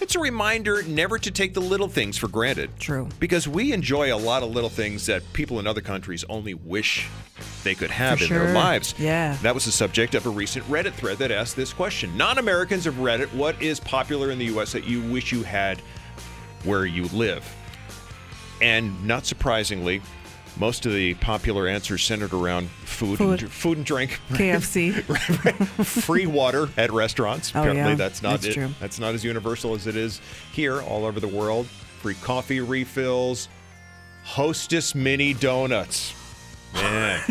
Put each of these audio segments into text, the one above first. it's a reminder never to take the little things for granted. True. Because we enjoy a lot of little things that people in other countries only wish they could have For in sure. their lives. Yeah. That was the subject of a recent Reddit thread that asked this question. Non-Americans of Reddit, what is popular in the US that you wish you had where you live? And not surprisingly, most of the popular answers centered around food, And, Food. food and drink. KFC. free water at restaurants. Oh, Apparently, yeah. that's not That's it- true. that's not as universal as it is here all over the world. Free coffee refills, Hostess mini donuts. Man,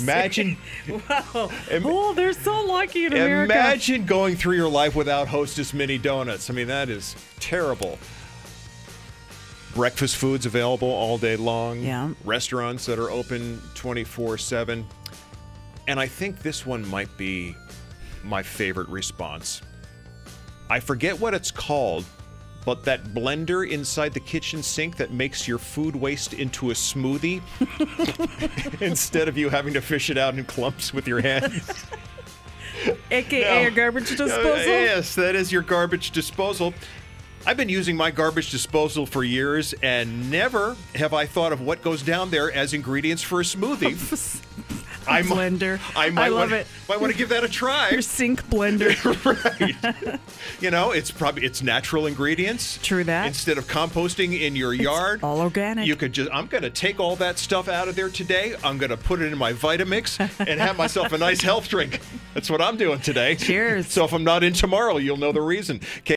imagine oh, they're so lucky in America. imagine going through your life without Hostess mini donuts. I mean, that is terrible. Breakfast foods available all day long. Yeah. Restaurants that are open 24 7. And I think this one might be my favorite response. I forget what it's called, but that blender inside the kitchen sink that makes your food waste into a smoothie instead of you having to fish it out in clumps with your hands. AKA No. a garbage disposal. Uh, yes, that is your garbage disposal. I've been using my garbage disposal for years, and never have I thought of what goes down there as ingredients for a smoothie. I'm- blender. I might love wanna, it. Might want to give that a try. Your sink blender. you know, it's probably it's natural ingredients. True that. Instead of composting in your yard, all organic. You could just I'm going to take all that stuff out of there today. I'm going to put it in my Vitamix and have myself a nice health drink. That's what I'm doing today. Cheers. so if I'm not in tomorrow, you'll know the reason.